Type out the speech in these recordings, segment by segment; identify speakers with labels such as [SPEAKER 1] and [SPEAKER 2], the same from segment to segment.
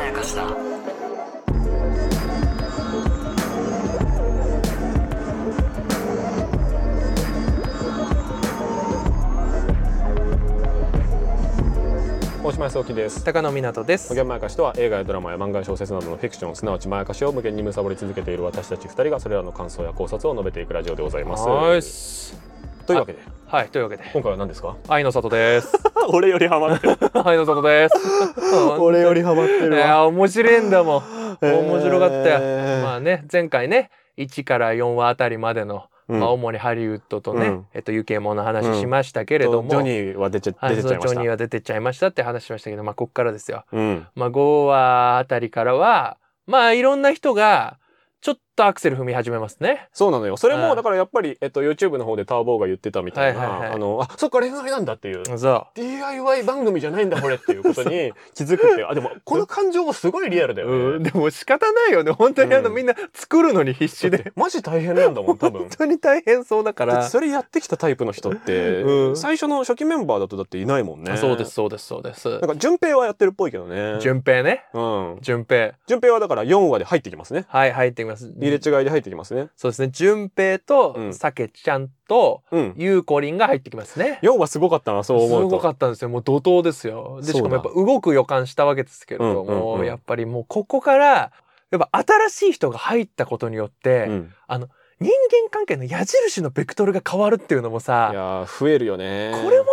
[SPEAKER 1] やかしだ
[SPEAKER 2] 大島康之です
[SPEAKER 3] 高野湊で
[SPEAKER 2] 無
[SPEAKER 3] す。
[SPEAKER 2] 限まやかしとは映画やドラマや漫画や小説などのフィクションすなわちまやかしを無限に貪り続けている私たち二人がそれらの感想や考察を述べていくラジオでございます
[SPEAKER 3] はーいっす。
[SPEAKER 2] というわけで
[SPEAKER 3] はい、というわけで、
[SPEAKER 2] 今回は何ですか
[SPEAKER 3] 愛の里です。
[SPEAKER 2] 俺よりハマってる
[SPEAKER 3] 愛の里です。
[SPEAKER 2] 俺よりハマって
[SPEAKER 3] いやー、面白いんだもん。面白かったよ。
[SPEAKER 2] えー
[SPEAKER 3] まあね、前回ね、1から4話あたりまでの、
[SPEAKER 2] うん
[SPEAKER 3] まあ、主にハリウッドとね、
[SPEAKER 2] うん
[SPEAKER 3] えっと、UK もの話しましたけれども、
[SPEAKER 2] ジョニーは出ちゃ
[SPEAKER 3] はい
[SPEAKER 2] 出てっちゃい
[SPEAKER 3] そ
[SPEAKER 2] まし
[SPEAKER 3] うジョ
[SPEAKER 2] た
[SPEAKER 3] ニーは出てっちゃいましたって話しましたけど、まあ、こっからですよ。
[SPEAKER 2] うん
[SPEAKER 3] まあ、5話あたりからは、まあ、いろんな人が、ちょっとアクセル踏み始めますね。
[SPEAKER 2] そうなのよそれ
[SPEAKER 3] は
[SPEAKER 2] も
[SPEAKER 3] い
[SPEAKER 2] だからやっぱり、えっと、YouTube の方でターボーが言ってたみたいな、
[SPEAKER 3] はいはいはい
[SPEAKER 2] あのあそっか恋愛なんだっていう、
[SPEAKER 3] そう。
[SPEAKER 2] DIY 番組じゃないんだこれっていうこと に気づくっていうあでもこの感情もすごいリアルだよね、
[SPEAKER 3] うん、でも仕方ないよね本当にあの、
[SPEAKER 2] うん
[SPEAKER 3] みんな作るのに必死
[SPEAKER 2] だっ
[SPEAKER 3] で
[SPEAKER 2] てマジ大変なんだもん 多分
[SPEAKER 3] 本当に大変そうだか
[SPEAKER 2] だっ
[SPEAKER 3] ら
[SPEAKER 2] てそれやってきたタイプの人って、
[SPEAKER 3] うん
[SPEAKER 2] 最初の初期メンバーだとだっていないもんね
[SPEAKER 3] そうですそうですそうです
[SPEAKER 2] なんか順平はやってるっぽいけどね
[SPEAKER 3] 順平ね
[SPEAKER 2] うん
[SPEAKER 3] 順平
[SPEAKER 2] 順平はだから4話で入ってきますね
[SPEAKER 3] はい入ってみます
[SPEAKER 2] 入れ違いで入ってきますね
[SPEAKER 3] そうですね順
[SPEAKER 2] う
[SPEAKER 3] 平
[SPEAKER 2] ん
[SPEAKER 3] とさけ、ちゃんと
[SPEAKER 2] うん
[SPEAKER 3] ゆうこりんが入ってきますね
[SPEAKER 2] 4話すごかったなそう
[SPEAKER 3] す
[SPEAKER 2] 思うと
[SPEAKER 3] ごかったんですよもう怒涛ですよで
[SPEAKER 2] そうだ
[SPEAKER 3] しかもやっぱ動く予感したわけですけれど
[SPEAKER 2] うんう
[SPEAKER 3] も、
[SPEAKER 2] んうん
[SPEAKER 3] やっぱりもうここからやっぱ新しい人が入ったことによって、
[SPEAKER 2] うん、
[SPEAKER 3] 人間関係の矢印のベクトルが変わるっていうのも
[SPEAKER 2] い
[SPEAKER 3] さ
[SPEAKER 2] やー増えるよね
[SPEAKER 3] これも人間だ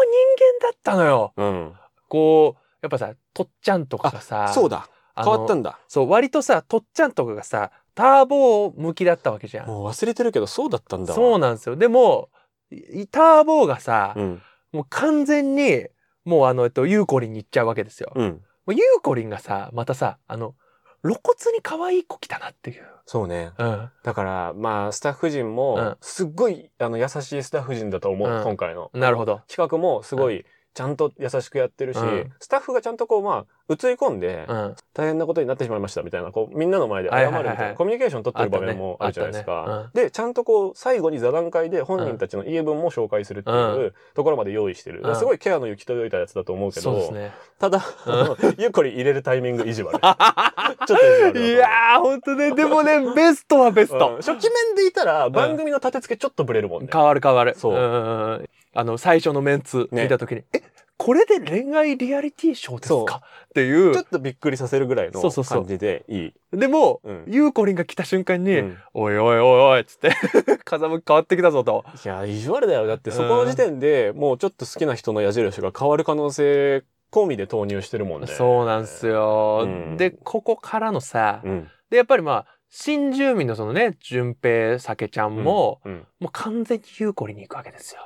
[SPEAKER 3] ったのよ
[SPEAKER 2] うん
[SPEAKER 3] こうやっぱさとっちゃんとかがさ
[SPEAKER 2] そうだ
[SPEAKER 3] あ
[SPEAKER 2] 変
[SPEAKER 3] の
[SPEAKER 2] わったんだ
[SPEAKER 3] そう割とさとっちゃんとかがさターボー向きだったわけじゃん
[SPEAKER 2] もう忘れてるけどそうだったんだ
[SPEAKER 3] そう
[SPEAKER 2] う
[SPEAKER 3] なんですよでもいターボーがさ、
[SPEAKER 2] うん
[SPEAKER 3] もう完全にもうあのえっとゆうこりんに行っちゃうわけですよ、も
[SPEAKER 2] うん
[SPEAKER 3] うゆうこりんがさまたさあの露骨に可愛い子来たなっていう
[SPEAKER 2] そうね
[SPEAKER 3] うん
[SPEAKER 2] だからまあスタッフ陣
[SPEAKER 3] う
[SPEAKER 2] も
[SPEAKER 3] ん
[SPEAKER 2] すっごいあの優しいスタッフ陣だと思う、
[SPEAKER 3] うん
[SPEAKER 2] 今回の
[SPEAKER 3] なるほど
[SPEAKER 2] 企画もすごいちゃんと優しくやってるし、
[SPEAKER 3] うん
[SPEAKER 2] スタッフがちゃんとこうまあ映り込んで
[SPEAKER 3] うん
[SPEAKER 2] 大変なことになってしまいましたみたいなこうみんなの前で謝るみたいな、
[SPEAKER 3] はいはいはいはい
[SPEAKER 2] コミュニケーション取ってる場
[SPEAKER 3] あった
[SPEAKER 2] 面
[SPEAKER 3] ね
[SPEAKER 2] もあるじゃないです
[SPEAKER 3] あった
[SPEAKER 2] か
[SPEAKER 3] ね。
[SPEAKER 2] でちゃんとこう最後に座談会で本人たちの言い分も紹介するって
[SPEAKER 3] う
[SPEAKER 2] いうところまで用意してる、
[SPEAKER 3] うん
[SPEAKER 2] すごいケアの行き届いたやつだと思うけど、
[SPEAKER 3] そうです ね
[SPEAKER 2] ただ、 ゆっこり入れるタイミング意地悪ちょ っと意地悪だと思う
[SPEAKER 3] いやーほんとねでもねベストはベスト、
[SPEAKER 2] うん初期面でいたら番組の立て付けちょっとブレるもんね。
[SPEAKER 3] 変わる変わる。
[SPEAKER 2] そうん
[SPEAKER 3] んうんあの、最初のメンツ
[SPEAKER 2] ね
[SPEAKER 3] 見たときに、え、これで恋愛リアリティショーで
[SPEAKER 2] そ
[SPEAKER 3] す
[SPEAKER 2] う
[SPEAKER 3] かってい
[SPEAKER 2] ちょ
[SPEAKER 3] う
[SPEAKER 2] っ。とびっくりさせるぐらいの
[SPEAKER 3] そうそうそう
[SPEAKER 2] 感じでいい。
[SPEAKER 3] でも、
[SPEAKER 2] うん
[SPEAKER 3] ゆうこりんが来た瞬間に、
[SPEAKER 2] うん
[SPEAKER 3] おいおいおいおいっつって、 風向き変わってきたぞと。
[SPEAKER 2] いや、意地悪だよ。だってそこの時点でもうちょっと好きな人の矢印が変わる可能性込みで投入してるもんね。
[SPEAKER 3] そうなんですよ。
[SPEAKER 2] うん
[SPEAKER 3] で、ここからのさ、
[SPEAKER 2] うん。
[SPEAKER 3] で、やっぱりまあ、新住民のそのね、順平、さけちゃんも、
[SPEAKER 2] うん、
[SPEAKER 3] もう完全にゆうこりんに行くわけですよ。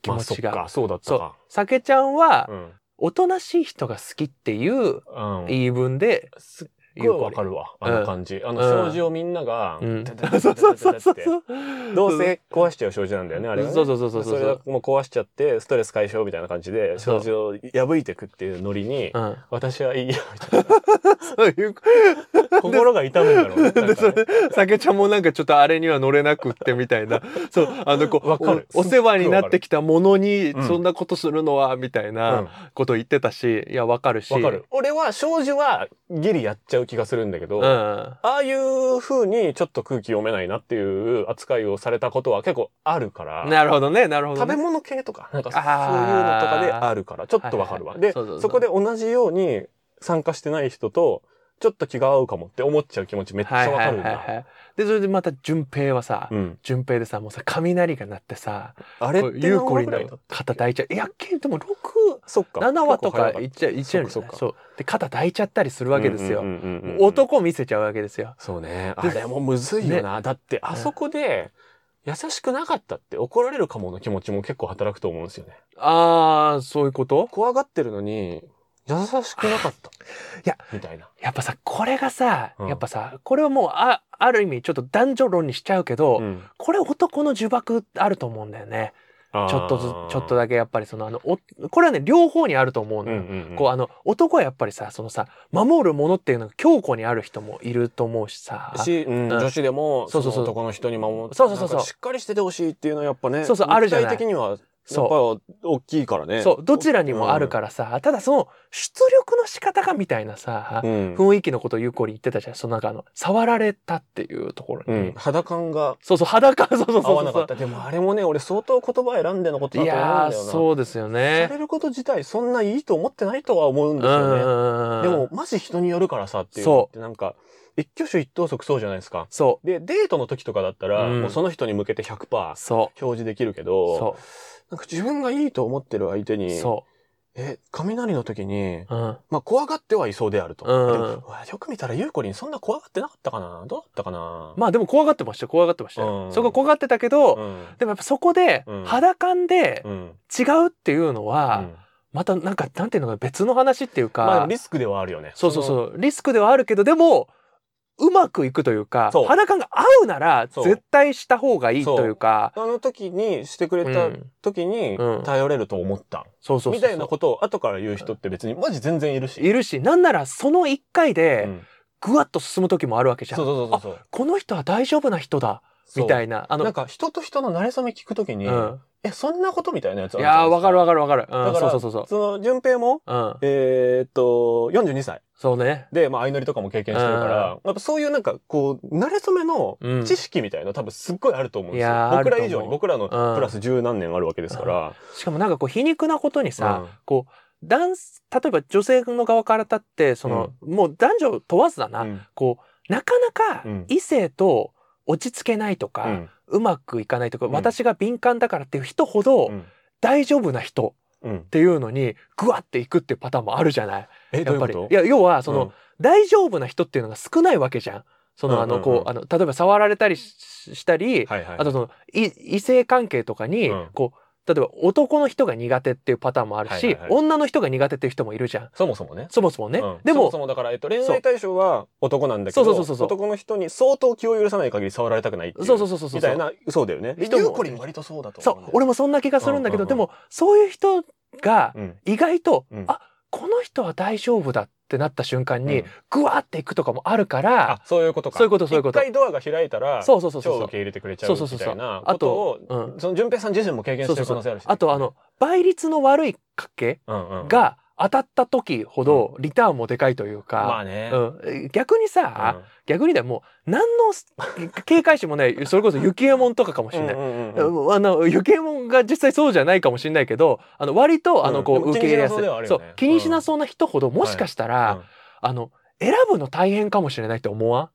[SPEAKER 3] 気
[SPEAKER 2] まあ
[SPEAKER 3] 持
[SPEAKER 2] そっ
[SPEAKER 3] ちが。
[SPEAKER 2] か、そうだったか。
[SPEAKER 3] さけちゃんは、
[SPEAKER 2] うん。
[SPEAKER 3] おとなしい人が好きっていう
[SPEAKER 2] うん。
[SPEAKER 3] 言い分で、
[SPEAKER 2] すっごい
[SPEAKER 3] ゆうこ
[SPEAKER 2] わ
[SPEAKER 3] りん
[SPEAKER 2] かるわ。あの感じ。あの
[SPEAKER 3] うん
[SPEAKER 2] 障子をみんなが、
[SPEAKER 3] うん
[SPEAKER 2] てててててて
[SPEAKER 3] そうそうそうそうそう。
[SPEAKER 2] どうせ壊しちゃう障子なんだよね、あれがね。
[SPEAKER 3] そうそうそうそうそう
[SPEAKER 2] それがもう壊しちゃって、ストレス解消みたいな感じで、
[SPEAKER 3] そう
[SPEAKER 2] 障子を破いていくっていうノリに、
[SPEAKER 3] うん。
[SPEAKER 2] 私はいいよ、みたいな。
[SPEAKER 3] そういう
[SPEAKER 2] 心が痛むんだろうね。なん
[SPEAKER 3] で
[SPEAKER 2] か
[SPEAKER 3] そ
[SPEAKER 2] ね
[SPEAKER 3] れ酒ちゃんもなんかちょっとあれには乗れなくってみたいなそうあのこ
[SPEAKER 2] わかる
[SPEAKER 3] うおお世話になってきたものに
[SPEAKER 2] うん
[SPEAKER 3] そんなことするのはみたい
[SPEAKER 2] うん
[SPEAKER 3] なこと言ってたしいやわかるし
[SPEAKER 2] わかる。俺は、障子はギリやっちゃう気がするんだけど、
[SPEAKER 3] うん、
[SPEAKER 2] あ
[SPEAKER 3] あ
[SPEAKER 2] あいう風にちょっと空気読めないなっていう扱いをされたことは結構あるから、
[SPEAKER 3] なるほどねなるほど
[SPEAKER 2] 食べ
[SPEAKER 3] ね
[SPEAKER 2] 物系とか、なんかそういう
[SPEAKER 3] あー
[SPEAKER 2] のとかであるから、ちょっとわかるわ。
[SPEAKER 3] はい
[SPEAKER 2] で
[SPEAKER 3] はいはいそうそうそう
[SPEAKER 2] そこで同じように参加してない人と、ちょっと気が合うかもって思っちゃう気持ちめっちゃわかるん
[SPEAKER 3] はいはいはい
[SPEAKER 2] だ。
[SPEAKER 3] はいでそれでまた順平はさ、
[SPEAKER 2] うん。
[SPEAKER 3] 順平でさもうさ雷が鳴ってさ
[SPEAKER 2] あれっ
[SPEAKER 3] こう
[SPEAKER 2] て
[SPEAKER 3] ゆう
[SPEAKER 2] 何
[SPEAKER 3] こ
[SPEAKER 2] 話
[SPEAKER 3] り
[SPEAKER 2] ぐ
[SPEAKER 3] ん
[SPEAKER 2] らいだ
[SPEAKER 3] の
[SPEAKER 2] った
[SPEAKER 3] 肩抱いちゃういやけでも6
[SPEAKER 2] そっか。
[SPEAKER 3] 7話と
[SPEAKER 2] 結
[SPEAKER 3] か
[SPEAKER 2] 構早
[SPEAKER 3] い
[SPEAKER 2] っ
[SPEAKER 3] っちゃいっちゃうよね
[SPEAKER 2] そっかそっか
[SPEAKER 3] そうで肩抱いちゃったりするわけですよ、
[SPEAKER 2] うんうんうんうんうん
[SPEAKER 3] 男見せちゃうわけですよ。
[SPEAKER 2] そうね。あ
[SPEAKER 3] で
[SPEAKER 2] れもむずいよな。だって、あそこで、優しくなかったって怒られるかもの気持ちも結構働くと思うんですよね。
[SPEAKER 3] ああ、そういうこと
[SPEAKER 2] 怖がってるのに、優しくなかった。
[SPEAKER 3] いや、
[SPEAKER 2] みたいな。
[SPEAKER 3] やっぱさ、これがさ、
[SPEAKER 2] うん
[SPEAKER 3] やっぱさ、これはもう、あ、ある意味、ちょっと男女論にしちゃうけど、
[SPEAKER 2] ん、
[SPEAKER 3] これ男の呪縛あると思うんだよね。
[SPEAKER 2] ちょ
[SPEAKER 3] ちょっとずつ、ちょっとだけやっぱりその、あの、おこれはね、両方にあると思う
[SPEAKER 2] う
[SPEAKER 3] の
[SPEAKER 2] ん
[SPEAKER 3] よ。
[SPEAKER 2] うんうん、
[SPEAKER 3] こうあの男はやっぱりさそのさ守るものっていうのが強固にある人もいると思うしさ
[SPEAKER 2] し、うん
[SPEAKER 3] ん
[SPEAKER 2] 女子でも
[SPEAKER 3] そうそうそう
[SPEAKER 2] の男の人に守って
[SPEAKER 3] そうそうそうそう
[SPEAKER 2] なんかしっかりしててほしいっていうのはやっぱね
[SPEAKER 3] そうそうあるじゃない
[SPEAKER 2] 肉体的にはやっ
[SPEAKER 3] そ
[SPEAKER 2] ぱ大きいから
[SPEAKER 3] う。
[SPEAKER 2] ね。
[SPEAKER 3] そう。どちらにもあるからさ、ただその出力の仕方がみたいなさ
[SPEAKER 2] う、ん。
[SPEAKER 3] 雰囲気のことをゆうこり言ってたじゃん。その中の、触られたっていうところ
[SPEAKER 2] う
[SPEAKER 3] に。
[SPEAKER 2] ん。肌感が
[SPEAKER 3] そうそう、裸、 そうそうそうそう。
[SPEAKER 2] 合わなかった。でもあれもね、俺相当言葉選んでのことだ
[SPEAKER 3] い
[SPEAKER 2] と思うんだよ
[SPEAKER 3] や
[SPEAKER 2] な。
[SPEAKER 3] ー、そうですよね
[SPEAKER 2] さ。れること自体そんないいと思ってないとは思うんですよね。で
[SPEAKER 3] も
[SPEAKER 2] も、マジ人によるからさっていう
[SPEAKER 3] そう
[SPEAKER 2] のってなんか、一挙手一投足そうじゃないですか。
[SPEAKER 3] そ
[SPEAKER 2] で、デートの時とかだったら、
[SPEAKER 3] うん
[SPEAKER 2] もうその人に向けて100%
[SPEAKER 3] う、
[SPEAKER 2] 表
[SPEAKER 3] そう、
[SPEAKER 2] 示できるけど、
[SPEAKER 3] そ
[SPEAKER 2] なんか自分がいいと思ってる相手
[SPEAKER 3] う、
[SPEAKER 2] に、
[SPEAKER 3] そ
[SPEAKER 2] え、雷の時に、
[SPEAKER 3] う、うん、
[SPEAKER 2] まあ怖がってはいそうであると。
[SPEAKER 3] うん
[SPEAKER 2] でもうわよく見たらゆうこりんそんな怖がってなかったかなどうだったかな
[SPEAKER 3] まあでも怖がってましたよ怖がってましたよ、
[SPEAKER 2] うん
[SPEAKER 3] そこは怖がってたけど、
[SPEAKER 2] うん。
[SPEAKER 3] でもやっぱそこで
[SPEAKER 2] うん
[SPEAKER 3] 肌感で
[SPEAKER 2] うん。
[SPEAKER 3] 違うっていうのは、
[SPEAKER 2] うん
[SPEAKER 3] またなんかなんていうのか別の話っていうか、
[SPEAKER 2] まあでもリスクではあるよね。
[SPEAKER 3] そうそう
[SPEAKER 2] う。
[SPEAKER 3] そうリスクではあるけどでもうまくいくというか
[SPEAKER 2] そう
[SPEAKER 3] 肌感が合うなら
[SPEAKER 2] そう
[SPEAKER 3] 絶対した方がいいというか
[SPEAKER 2] あの時にしてくれ
[SPEAKER 3] うん
[SPEAKER 2] た時に
[SPEAKER 3] うん
[SPEAKER 2] 頼れると思った。
[SPEAKER 3] そうそうそうそう
[SPEAKER 2] みたいなことを後から言う人って別にマジ全然いるし。
[SPEAKER 3] いるしなんならその一回
[SPEAKER 2] う
[SPEAKER 3] で
[SPEAKER 2] ん
[SPEAKER 3] ぐわっと進む時もあるわけじゃん、
[SPEAKER 2] そうそうそうそう。
[SPEAKER 3] この人は大丈夫な人だみた
[SPEAKER 2] い
[SPEAKER 3] いなあの
[SPEAKER 2] なんか人と人の馴れ初め聞くときに、
[SPEAKER 3] うん
[SPEAKER 2] え、そんなことみたいなやつ
[SPEAKER 3] いやー、わかるわ
[SPEAKER 2] か
[SPEAKER 3] かるわかる。う
[SPEAKER 2] だ
[SPEAKER 3] ん、
[SPEAKER 2] か
[SPEAKER 3] そう
[SPEAKER 2] ら
[SPEAKER 3] そうそうそう。
[SPEAKER 2] その、順平も、
[SPEAKER 3] うん、
[SPEAKER 2] えーっと、42歳
[SPEAKER 3] そうね。
[SPEAKER 2] で、まあ、相乗りとかも経験してるから、やっぱそういうなんか、こう、馴れ初めの
[SPEAKER 3] うん
[SPEAKER 2] 知識みたいな多分すっごいあると思うんです
[SPEAKER 3] いや
[SPEAKER 2] よ。
[SPEAKER 3] ー
[SPEAKER 2] 僕
[SPEAKER 3] あると
[SPEAKER 2] ら
[SPEAKER 3] 思う
[SPEAKER 2] 以上に、僕らの
[SPEAKER 3] うん
[SPEAKER 2] プラス十何年あるわけですから。
[SPEAKER 3] しかもなんかこう皮肉なことにさ、
[SPEAKER 2] うん
[SPEAKER 3] こう男子例えば女性の側からだってその、もう男女問わずだな、
[SPEAKER 2] うん
[SPEAKER 3] こうなかなか
[SPEAKER 2] うん
[SPEAKER 3] 異性と落ち着けないと
[SPEAKER 2] う
[SPEAKER 3] か、
[SPEAKER 2] ん
[SPEAKER 3] うまくいかないとか、
[SPEAKER 2] ん
[SPEAKER 3] 私が敏感だからっていう人ほど、
[SPEAKER 2] うん
[SPEAKER 3] 大丈夫な人
[SPEAKER 2] うん
[SPEAKER 3] っ。ていうのにグワっていくっていうパターンもあるじゃない。
[SPEAKER 2] え、ど
[SPEAKER 3] や
[SPEAKER 2] ういう
[SPEAKER 3] っぱ
[SPEAKER 2] こ
[SPEAKER 3] り
[SPEAKER 2] と
[SPEAKER 3] いや要はその、
[SPEAKER 2] うん
[SPEAKER 3] 大丈夫な人っていうのが少ないわけじゃん。その、
[SPEAKER 2] うん
[SPEAKER 3] あの
[SPEAKER 2] うん
[SPEAKER 3] こう
[SPEAKER 2] うん
[SPEAKER 3] あの例えば触られたりししたり、
[SPEAKER 2] はいはい。
[SPEAKER 3] あとそのい異性関係とかに、
[SPEAKER 2] うん
[SPEAKER 3] こう例えば男の人が苦手っていうパターンもあるし、
[SPEAKER 2] はいはいはい
[SPEAKER 3] 女の人が苦手っていう人もいるじゃん
[SPEAKER 2] そもそもね。
[SPEAKER 3] そもそもね、
[SPEAKER 2] うん
[SPEAKER 3] で
[SPEAKER 2] そも
[SPEAKER 3] も
[SPEAKER 2] そもだから、えっと、恋愛対象は男なんだけど
[SPEAKER 3] そうそうそうそう
[SPEAKER 2] 男の人に相当気を許さない限り触られたくないっていう
[SPEAKER 3] そうそうそうそうそう
[SPEAKER 2] みたいなそうだよね
[SPEAKER 3] 人も
[SPEAKER 2] ゆうこりん割とそうだと
[SPEAKER 3] そう俺
[SPEAKER 2] も
[SPEAKER 3] もそんな気がするんだけど、
[SPEAKER 2] うん
[SPEAKER 3] で
[SPEAKER 2] うんうん
[SPEAKER 3] もそういう人が
[SPEAKER 2] うん
[SPEAKER 3] 意外と、
[SPEAKER 2] うん
[SPEAKER 3] あこの人は大丈夫だってなった瞬間に
[SPEAKER 2] うん
[SPEAKER 3] グワーっていくとかもあるから
[SPEAKER 2] あ、そういうことか
[SPEAKER 3] そういうことそういうこと
[SPEAKER 2] 一回ドアが開いたら
[SPEAKER 3] そうそうそう
[SPEAKER 2] 超
[SPEAKER 3] そう
[SPEAKER 2] 受け入れてくれちゃ
[SPEAKER 3] そううそうそ
[SPEAKER 2] み
[SPEAKER 3] うそ
[SPEAKER 2] た
[SPEAKER 3] う
[SPEAKER 2] いなことを
[SPEAKER 3] あとうん
[SPEAKER 2] その順平さん自身も経験
[SPEAKER 3] そ
[SPEAKER 2] し
[SPEAKER 3] う
[SPEAKER 2] て
[SPEAKER 3] そう
[SPEAKER 2] る
[SPEAKER 3] そ
[SPEAKER 2] 可能性
[SPEAKER 3] う
[SPEAKER 2] あるし
[SPEAKER 3] あとあの倍率の悪い関係
[SPEAKER 2] うんうん
[SPEAKER 3] が当たった時ほどリターンもでかいという
[SPEAKER 2] まあ
[SPEAKER 3] か、
[SPEAKER 2] ね
[SPEAKER 3] うん、逆にさ、
[SPEAKER 2] うん
[SPEAKER 3] 逆にだよもう何のす 警戒心もないそれこそ雪右衛門とかかもしれない。
[SPEAKER 2] うんうんうんうん
[SPEAKER 3] あの雪右衛門が実際そうじゃないかもしれないけどあの割とあのこう、
[SPEAKER 2] うん
[SPEAKER 3] 受け入れやすい
[SPEAKER 2] でも気にしなそうではある
[SPEAKER 3] そ
[SPEAKER 2] よ
[SPEAKER 3] う
[SPEAKER 2] ね
[SPEAKER 3] 気にしなそうな人ほど、もしかしたら、
[SPEAKER 2] うん
[SPEAKER 3] あの選ぶの大変かもしれないって思わんあ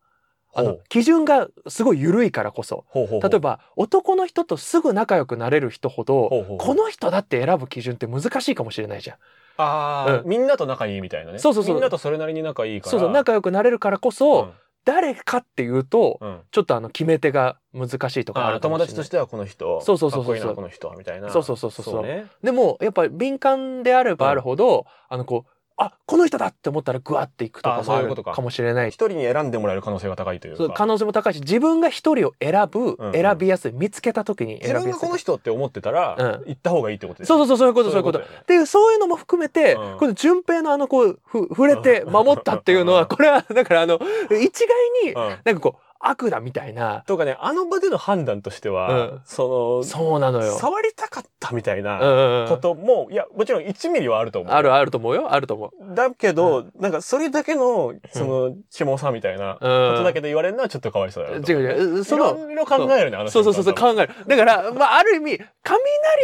[SPEAKER 2] ほ
[SPEAKER 3] の
[SPEAKER 2] う
[SPEAKER 3] 基準がすごい緩いからこそ
[SPEAKER 2] ほうほうほ
[SPEAKER 3] 例
[SPEAKER 2] う
[SPEAKER 3] えば男の人とすぐ仲良くなれる人ほ
[SPEAKER 2] ほ
[SPEAKER 3] ど
[SPEAKER 2] うほうほう
[SPEAKER 3] この人だって選ぶ基準って難しいかもしれないじゃん。
[SPEAKER 2] あー
[SPEAKER 3] うん
[SPEAKER 2] みんなと仲いいみたいなね
[SPEAKER 3] そうそうそう
[SPEAKER 2] みんなとそれなりに仲いいから
[SPEAKER 3] そうそう仲良くなれるからこそ、誰かっていうと、
[SPEAKER 2] うんうん
[SPEAKER 3] ちょっとあの決め手が難しいとかあ
[SPEAKER 2] あ
[SPEAKER 3] る
[SPEAKER 2] ー
[SPEAKER 3] かも
[SPEAKER 2] 友
[SPEAKER 3] しれな
[SPEAKER 2] 達
[SPEAKER 3] い
[SPEAKER 2] としてはこの人
[SPEAKER 3] そうそうそうそ
[SPEAKER 2] かっこ
[SPEAKER 3] う
[SPEAKER 2] いいなこの人はみたいな
[SPEAKER 3] そうそうそうそうそう
[SPEAKER 2] ね
[SPEAKER 3] でもやっぱり敏感であればあるほど、あのこうあこの人だって思ったらグワっていくとか
[SPEAKER 2] あ
[SPEAKER 3] も
[SPEAKER 2] そう
[SPEAKER 3] あ
[SPEAKER 2] いう
[SPEAKER 3] る
[SPEAKER 2] ことか
[SPEAKER 3] かもしれない
[SPEAKER 2] 一人に選んでもらえる可能性が高いという
[SPEAKER 3] そう
[SPEAKER 2] か
[SPEAKER 3] 可能性も高いし自分が一人を選ぶ、
[SPEAKER 2] うんうん
[SPEAKER 3] 選びやすい見つけた時に
[SPEAKER 2] 自
[SPEAKER 3] 選び
[SPEAKER 2] 分
[SPEAKER 3] や
[SPEAKER 2] が
[SPEAKER 3] すい
[SPEAKER 2] この人って思ってたら、
[SPEAKER 3] うん
[SPEAKER 2] 行った方がいいってことです
[SPEAKER 3] そうそうそうそういうことそういうこと
[SPEAKER 2] だよね
[SPEAKER 3] っていうそういうのも含めて、
[SPEAKER 2] うん
[SPEAKER 3] この順平のあのこうふ触れて守ったっていうの
[SPEAKER 2] う
[SPEAKER 3] は
[SPEAKER 2] ん
[SPEAKER 3] これはだからあの一概に
[SPEAKER 2] うん
[SPEAKER 3] なんかこう悪だみたいな
[SPEAKER 2] とかねあの場での判断としては、
[SPEAKER 3] うん
[SPEAKER 2] そ
[SPEAKER 3] そうなの
[SPEAKER 2] の
[SPEAKER 3] よ。
[SPEAKER 2] 触りたかったみたい
[SPEAKER 3] うん
[SPEAKER 2] な
[SPEAKER 3] うんうん
[SPEAKER 2] ことも、いやもちろん1ミリはあると思う
[SPEAKER 3] あるあると思うよあると思う。
[SPEAKER 2] だけど、なんかそれだけのその下さみたいなことだけで言われるのはちょっとかわいそうだ
[SPEAKER 3] 違
[SPEAKER 2] な
[SPEAKER 3] う
[SPEAKER 2] と。
[SPEAKER 3] 違うそ
[SPEAKER 2] そ
[SPEAKER 3] の
[SPEAKER 2] のいろいろ考えるねあの
[SPEAKER 3] そうそうそうそう
[SPEAKER 2] 瞬
[SPEAKER 3] 考える。だから、まあ、ある意味、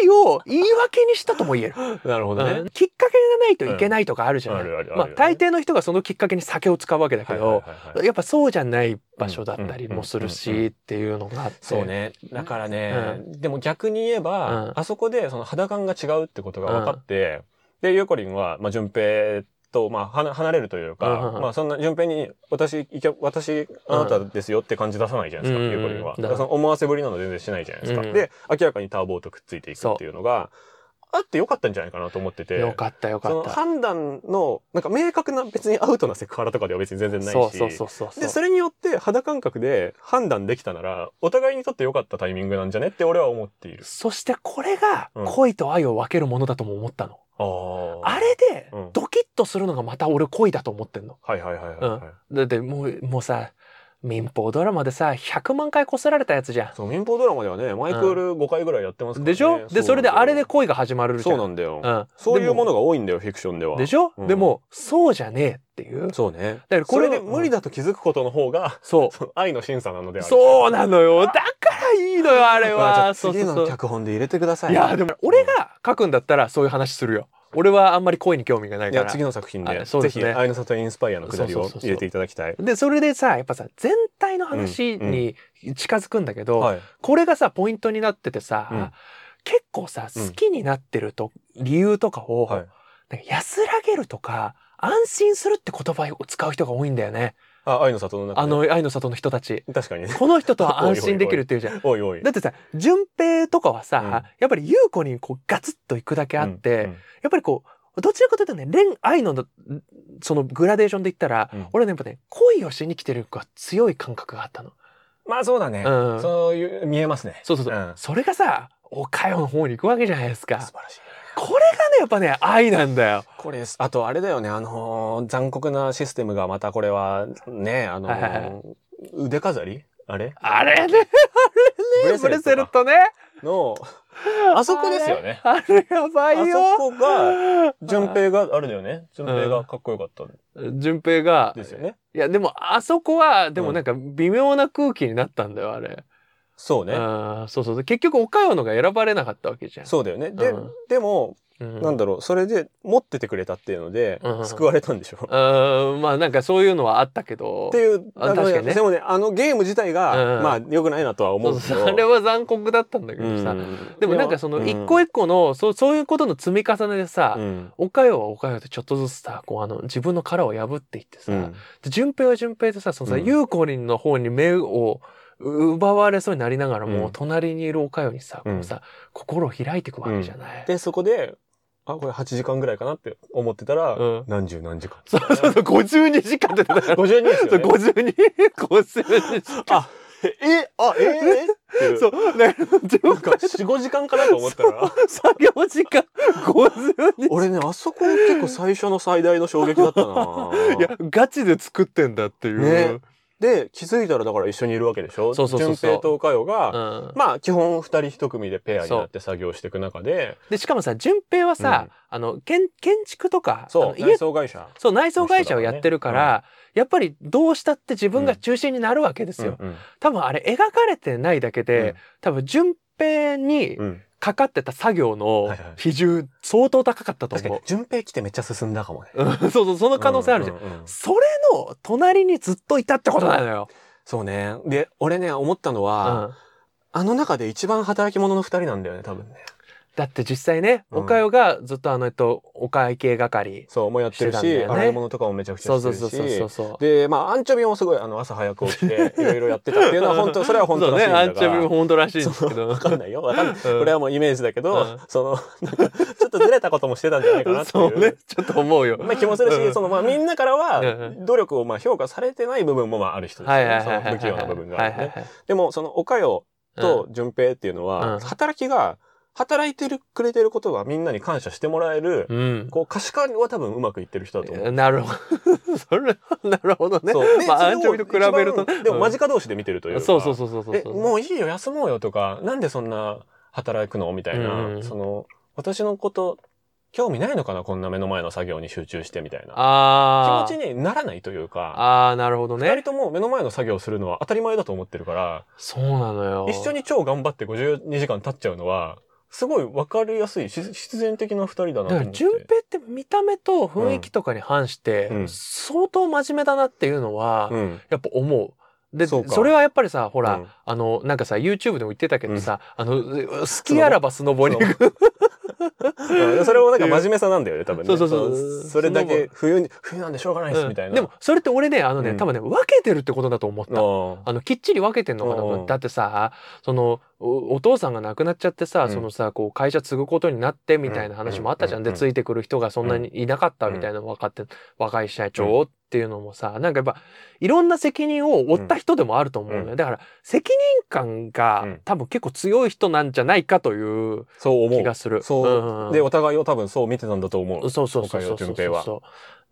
[SPEAKER 3] 雷を言い訳にしたとも言え る。
[SPEAKER 2] 間多分なるほど
[SPEAKER 3] うん
[SPEAKER 2] ね。
[SPEAKER 3] きっかけがないといけないとかあるじゃない。
[SPEAKER 2] うんあるあるある
[SPEAKER 3] まあ、大抵の人がそのきっかけに酒を使うわけだけ
[SPEAKER 2] はい
[SPEAKER 3] ど、
[SPEAKER 2] はいはいはい
[SPEAKER 3] やっぱそうじゃない場所だったりもす
[SPEAKER 2] うん
[SPEAKER 3] る
[SPEAKER 2] うんうん
[SPEAKER 3] しっていうのがあって。
[SPEAKER 2] そう。ね。だからね、でも逆に言えば、
[SPEAKER 3] うん
[SPEAKER 2] あそこでその肌感が違うってことが分かって、で、ゆうこりんは、まあ、順平と、まあ、はな離れるというか、
[SPEAKER 3] うんうん
[SPEAKER 2] まあ、そんな順平に、私、いけ私、あなたですよって感じ出さないじゃないですか、
[SPEAKER 3] うん
[SPEAKER 2] ゆうこりんは。
[SPEAKER 3] うん
[SPEAKER 2] だからその思わせぶりなの全然しないじゃないですか。
[SPEAKER 3] うん
[SPEAKER 2] で、明らかにターボーとくっついていくっていうのが、あってよかったんじゃないかなと思ってて。
[SPEAKER 3] よかったよ
[SPEAKER 2] そ
[SPEAKER 3] かっ
[SPEAKER 2] の
[SPEAKER 3] た。
[SPEAKER 2] 判断の、なんか明確な別にアウトなセクハラとかでは別に全然ないし。
[SPEAKER 3] そうそうそうそう。
[SPEAKER 2] で、それによって肌感覚で判断できたなら、お互いにとって良かったタイミングなんじゃねって俺は思っている。
[SPEAKER 3] そしてこれが
[SPEAKER 2] うん
[SPEAKER 3] 恋と愛を分けるものだとも思ったの。
[SPEAKER 2] あ
[SPEAKER 3] あれで
[SPEAKER 2] うん
[SPEAKER 3] ドキッとするのがまた俺恋だと思ってんの。
[SPEAKER 2] はいはいはいはいはい。
[SPEAKER 3] だってもう、もうさ、民放ドラマでさ100万回こすられたやつじゃ
[SPEAKER 2] そう民放ドラマではね毎クール5回ぐらいやってます
[SPEAKER 3] ん。
[SPEAKER 2] から、ね
[SPEAKER 3] でしょでそれであれで恋が始まるじゃ
[SPEAKER 2] そ
[SPEAKER 3] ん。
[SPEAKER 2] うなんだよ、
[SPEAKER 3] うん
[SPEAKER 2] そういうも
[SPEAKER 3] の
[SPEAKER 2] のが多いんだよフィクションでは
[SPEAKER 3] でしょ、
[SPEAKER 2] うん
[SPEAKER 3] でもそうじゃねえっていう。
[SPEAKER 2] そうね
[SPEAKER 3] だから
[SPEAKER 2] こ
[SPEAKER 3] こ
[SPEAKER 2] れ
[SPEAKER 3] れ
[SPEAKER 2] で無理
[SPEAKER 3] だ、
[SPEAKER 2] だと気づくことの方が、
[SPEAKER 3] そう
[SPEAKER 2] その愛の審査なのである
[SPEAKER 3] そうなのよだからいいのよあれ
[SPEAKER 2] まあじゃ
[SPEAKER 3] は
[SPEAKER 2] あ
[SPEAKER 3] そう
[SPEAKER 2] 次
[SPEAKER 3] そ
[SPEAKER 2] の
[SPEAKER 3] うそう
[SPEAKER 2] 脚本で入れてください
[SPEAKER 3] いやでも俺が書くんだったらそういう話するよ俺はあんまり恋に興味がない
[SPEAKER 2] い
[SPEAKER 3] か
[SPEAKER 2] や
[SPEAKER 3] ら
[SPEAKER 2] 次の作品で
[SPEAKER 3] あそう
[SPEAKER 2] ぜ
[SPEAKER 3] です
[SPEAKER 2] ひ
[SPEAKER 3] ね
[SPEAKER 2] 愛の里インスパイアのくだり
[SPEAKER 3] そう
[SPEAKER 2] を
[SPEAKER 3] そうそうそう
[SPEAKER 2] 入れていただきたい
[SPEAKER 3] でそれでさやっぱさ全体の話に近づくんだけど、
[SPEAKER 2] はい
[SPEAKER 3] これがさポイントになっててさ、
[SPEAKER 2] うん
[SPEAKER 3] 結構さ
[SPEAKER 2] うん
[SPEAKER 3] 好きになってると、理由とかを、
[SPEAKER 2] はい
[SPEAKER 3] なんか安らげるとか安心するって言葉を使う人が多いんだよね
[SPEAKER 2] あ愛の里の中で
[SPEAKER 3] あの愛の里の人たち。
[SPEAKER 2] 確かにね
[SPEAKER 3] この人 とは安心できるっていうじゃん。
[SPEAKER 2] おいおい
[SPEAKER 3] だってさ順平とかはさ、
[SPEAKER 2] うん
[SPEAKER 3] やっぱり優子にこうガツッと行くだけあって、
[SPEAKER 2] うん
[SPEAKER 3] やっぱりこうどちらかというとね恋愛のんそのグラデーションで言ったら、
[SPEAKER 2] うん
[SPEAKER 3] 俺はねやっぱね恋をしに来てるが強い感覚があったの。
[SPEAKER 2] まあそうだね
[SPEAKER 3] うん
[SPEAKER 2] そういう見えますね
[SPEAKER 3] そうそうそう、
[SPEAKER 2] うん
[SPEAKER 3] それがさおかよの方に行くわけじゃないですか。
[SPEAKER 2] 素晴らしい
[SPEAKER 3] これがねやっぱね愛なんだよ。
[SPEAKER 2] これですあとあれだよねあのー残酷なシステムがまたこれはねあのー
[SPEAKER 3] はいはいは
[SPEAKER 2] 腕飾りあれ
[SPEAKER 3] あれねあれねブ
[SPEAKER 2] ブ
[SPEAKER 3] レ
[SPEAKER 2] レ
[SPEAKER 3] セ
[SPEAKER 2] セ
[SPEAKER 3] ル
[SPEAKER 2] ル
[SPEAKER 3] トね。
[SPEAKER 2] のあそこですよね
[SPEAKER 3] あれやば
[SPEAKER 2] あ
[SPEAKER 3] い
[SPEAKER 2] そ
[SPEAKER 3] よ。
[SPEAKER 2] こが順平があれだよね順平がかっこよかったん
[SPEAKER 3] 順平が
[SPEAKER 2] ですよね
[SPEAKER 3] いやでもあそこはで
[SPEAKER 2] う
[SPEAKER 3] も
[SPEAKER 2] ん
[SPEAKER 3] なんか微妙な空気になったんだよあれ。
[SPEAKER 2] そうね
[SPEAKER 3] あーそうそうそう結局岡山のが選ばれなかったわけじゃん。
[SPEAKER 2] そうだよねで
[SPEAKER 3] うん
[SPEAKER 2] でも
[SPEAKER 3] う、ん、
[SPEAKER 2] なんだろうそれで持っててくれたっていうので
[SPEAKER 3] うん
[SPEAKER 2] 救われたんでしょ
[SPEAKER 3] あーまあなんかそういうのはあったけど。
[SPEAKER 2] っていう
[SPEAKER 3] あ
[SPEAKER 2] あの
[SPEAKER 3] 確かにね
[SPEAKER 2] でもねあのゲーム自体が、
[SPEAKER 3] うん
[SPEAKER 2] まあ良くないなとは思
[SPEAKER 3] そう
[SPEAKER 2] うけ
[SPEAKER 3] そ
[SPEAKER 2] ど
[SPEAKER 3] うあれは残酷だったんだけどさ、
[SPEAKER 2] うん
[SPEAKER 3] でもなんかその
[SPEAKER 2] いや
[SPEAKER 3] 一個一個の、そうそういうことの積み重ねでさ、
[SPEAKER 2] うん
[SPEAKER 3] 岡山は岡山でちょっとずつさこうあの自分の殻を破っていってさ、
[SPEAKER 2] うん
[SPEAKER 3] で順平は順平でさそのさ、
[SPEAKER 2] うん
[SPEAKER 3] 有効林の方に目を奪われそうになりながらも、
[SPEAKER 2] うん
[SPEAKER 3] 隣にいる岡山にさこうさ、心を開いていくわけじゃない。
[SPEAKER 2] でそこであこれ8時間ぐらいかなって思ってたら、
[SPEAKER 3] うん
[SPEAKER 2] 何十何時間
[SPEAKER 3] そうそうそう52時間って言 ってた
[SPEAKER 2] 52ですよ
[SPEAKER 3] そう
[SPEAKER 2] ね
[SPEAKER 3] 52 52時間
[SPEAKER 2] あえあええっていう
[SPEAKER 3] そうだから自
[SPEAKER 2] な
[SPEAKER 3] 分
[SPEAKER 2] んか45時間かなと思ったら
[SPEAKER 3] 作業時間52
[SPEAKER 2] 俺ねあそこ結構最初の最大の衝撃だった ない
[SPEAKER 3] やガチで作ってんだっていう、
[SPEAKER 2] ねで気づいたらだから一緒にいるわけでしょ
[SPEAKER 3] そうそうそうそ
[SPEAKER 2] 順
[SPEAKER 3] う
[SPEAKER 2] 平とおかよが、
[SPEAKER 3] うん、
[SPEAKER 2] まあ基本二人一組でペアになって作業していく中で
[SPEAKER 3] でしかもさ順平はさ、
[SPEAKER 2] うん
[SPEAKER 3] あの建建築とかあ
[SPEAKER 2] そう
[SPEAKER 3] の
[SPEAKER 2] 内
[SPEAKER 3] 家
[SPEAKER 2] 装会社
[SPEAKER 3] そう内装会社をやってるからやっぱりどうしたって自分が中心になるわけですよ、
[SPEAKER 2] うんうん
[SPEAKER 3] 多分あれ描かれてないだけで、多分順平に
[SPEAKER 2] うん
[SPEAKER 3] かかってた作業の
[SPEAKER 2] はいはい
[SPEAKER 3] 比重相当高かったと
[SPEAKER 2] 確か
[SPEAKER 3] 思
[SPEAKER 2] に
[SPEAKER 3] う、
[SPEAKER 2] 順平来てめっちゃ進んだかもね
[SPEAKER 3] うん そうそうその可能性あるじゃん、
[SPEAKER 2] うんうんうん
[SPEAKER 3] それの隣にずっといたってことなのよ。
[SPEAKER 2] そうねで俺ね思ったの
[SPEAKER 3] う
[SPEAKER 2] は、
[SPEAKER 3] ん
[SPEAKER 2] あの中で一番働き者の二人なんだよね多分ね
[SPEAKER 3] だって実際ね、
[SPEAKER 2] うん
[SPEAKER 3] おかよがずっとあの、えっと、お会計係。
[SPEAKER 2] そうもうやってるし
[SPEAKER 3] してたんだよね
[SPEAKER 2] 洗い物とかもめちゃくち
[SPEAKER 3] そ
[SPEAKER 2] ゃ
[SPEAKER 3] う
[SPEAKER 2] し
[SPEAKER 3] そ
[SPEAKER 2] て
[SPEAKER 3] う
[SPEAKER 2] るし
[SPEAKER 3] そうそうそうそう。
[SPEAKER 2] でまあアンチョビもすごいあの朝早く起き ていろいろやってたっていうのは本当それは本当らしいんだ
[SPEAKER 3] そう
[SPEAKER 2] が
[SPEAKER 3] ね、アンチョビも本当らしいんですけど。
[SPEAKER 2] わかんないよわかんない
[SPEAKER 3] うん
[SPEAKER 2] これはもうイメージだけど、
[SPEAKER 3] うん
[SPEAKER 2] その なんかちょっとずれたこともしてたんじゃないかなってい
[SPEAKER 3] そううね、ちょっと思うよ。
[SPEAKER 2] まあ、気もするし、
[SPEAKER 3] うん
[SPEAKER 2] そのまあみんなから
[SPEAKER 3] う
[SPEAKER 2] は
[SPEAKER 3] ん
[SPEAKER 2] 努力をまあ評価されてない部分もまあある人ですよ
[SPEAKER 3] はいはい
[SPEAKER 2] ね。そ
[SPEAKER 3] はい
[SPEAKER 2] の
[SPEAKER 3] はい。
[SPEAKER 2] 不器用な部分があ
[SPEAKER 3] は
[SPEAKER 2] る
[SPEAKER 3] い
[SPEAKER 2] よ
[SPEAKER 3] はい
[SPEAKER 2] ね。
[SPEAKER 3] はい。
[SPEAKER 2] でもそのおかよと
[SPEAKER 3] うん、
[SPEAKER 2] 順平っていうの
[SPEAKER 3] うん
[SPEAKER 2] は働きが働いてるくれてることがみんなに感謝してもらえる、
[SPEAKER 3] うん。
[SPEAKER 2] こう可視化は多分うまくいってる人だと思う。
[SPEAKER 3] なるほど。それはなるほどね。
[SPEAKER 2] そうで
[SPEAKER 3] まあ、
[SPEAKER 2] そ
[SPEAKER 3] ア
[SPEAKER 2] れを
[SPEAKER 3] ンチョビと比べると
[SPEAKER 2] 一。番でも間
[SPEAKER 3] か
[SPEAKER 2] 近同士で見てるというか。
[SPEAKER 3] そうそうそうそうそう。
[SPEAKER 2] えもういいよ休もうよとかなんでそんな働くのみたいな、
[SPEAKER 3] うん
[SPEAKER 2] その私のこと興味ないのかなこんな目の前の作業に集中してみたいな
[SPEAKER 3] ああ。
[SPEAKER 2] 気持ちにならないというか。
[SPEAKER 3] ああ、なるほど
[SPEAKER 2] 二人
[SPEAKER 3] ね。
[SPEAKER 2] とも目の前の作業をするのは当たり前だと思ってるから、
[SPEAKER 3] そうなのよ。
[SPEAKER 2] 一緒に超頑張って52時間経っちゃうのは、すごい分かりやすい、し必然的な二人だなと
[SPEAKER 3] だか
[SPEAKER 2] 思
[SPEAKER 3] ら
[SPEAKER 2] って。
[SPEAKER 3] 順平って見た目と雰囲気とかに反して、
[SPEAKER 2] うん
[SPEAKER 3] 相当真面目だなっていうのは、
[SPEAKER 2] うん。
[SPEAKER 3] やっぱ思う。で
[SPEAKER 2] そ
[SPEAKER 3] そう
[SPEAKER 2] か
[SPEAKER 3] れはやっぱりさほら、
[SPEAKER 2] うん
[SPEAKER 3] あのなんかさ YouTube でも言ってたけどさ、あの好きあらばスノボに 行く
[SPEAKER 2] うんそれもなんか真面目さなんだよね、多分ね。
[SPEAKER 3] そうそうそう
[SPEAKER 2] のそれだけ冬に、冬なんでしょうがないです、みたいな。
[SPEAKER 3] でもそれって俺ねあのね、
[SPEAKER 2] うん
[SPEAKER 3] 多分ね分けてるってことだと思った。
[SPEAKER 2] ああ、
[SPEAKER 3] あのきっちり分けてんのかなと思って
[SPEAKER 2] うん
[SPEAKER 3] だってさそのおお父さんが亡くなっちゃってさ、
[SPEAKER 2] うん
[SPEAKER 3] そのさこう会社継ぐことになってみたいな話もあったじゃん、
[SPEAKER 2] うん
[SPEAKER 3] でついてくる人がそんなにいなかったみたいなの分かって、若い社長っていうのもさなんかやっぱいろんな責任を負った人でもあると思うのよ、
[SPEAKER 2] う
[SPEAKER 3] だから責任感が、
[SPEAKER 2] うん
[SPEAKER 3] 多分結構強い人なんじゃないかという
[SPEAKER 2] そう思
[SPEAKER 3] 気
[SPEAKER 2] う
[SPEAKER 3] が。する。
[SPEAKER 2] そう、
[SPEAKER 3] んんん
[SPEAKER 2] で、お互いを多分そう見てたんだと思う。
[SPEAKER 3] そうそうそうそう
[SPEAKER 2] 岡山
[SPEAKER 3] そうそう
[SPEAKER 2] 順平は
[SPEAKER 3] そ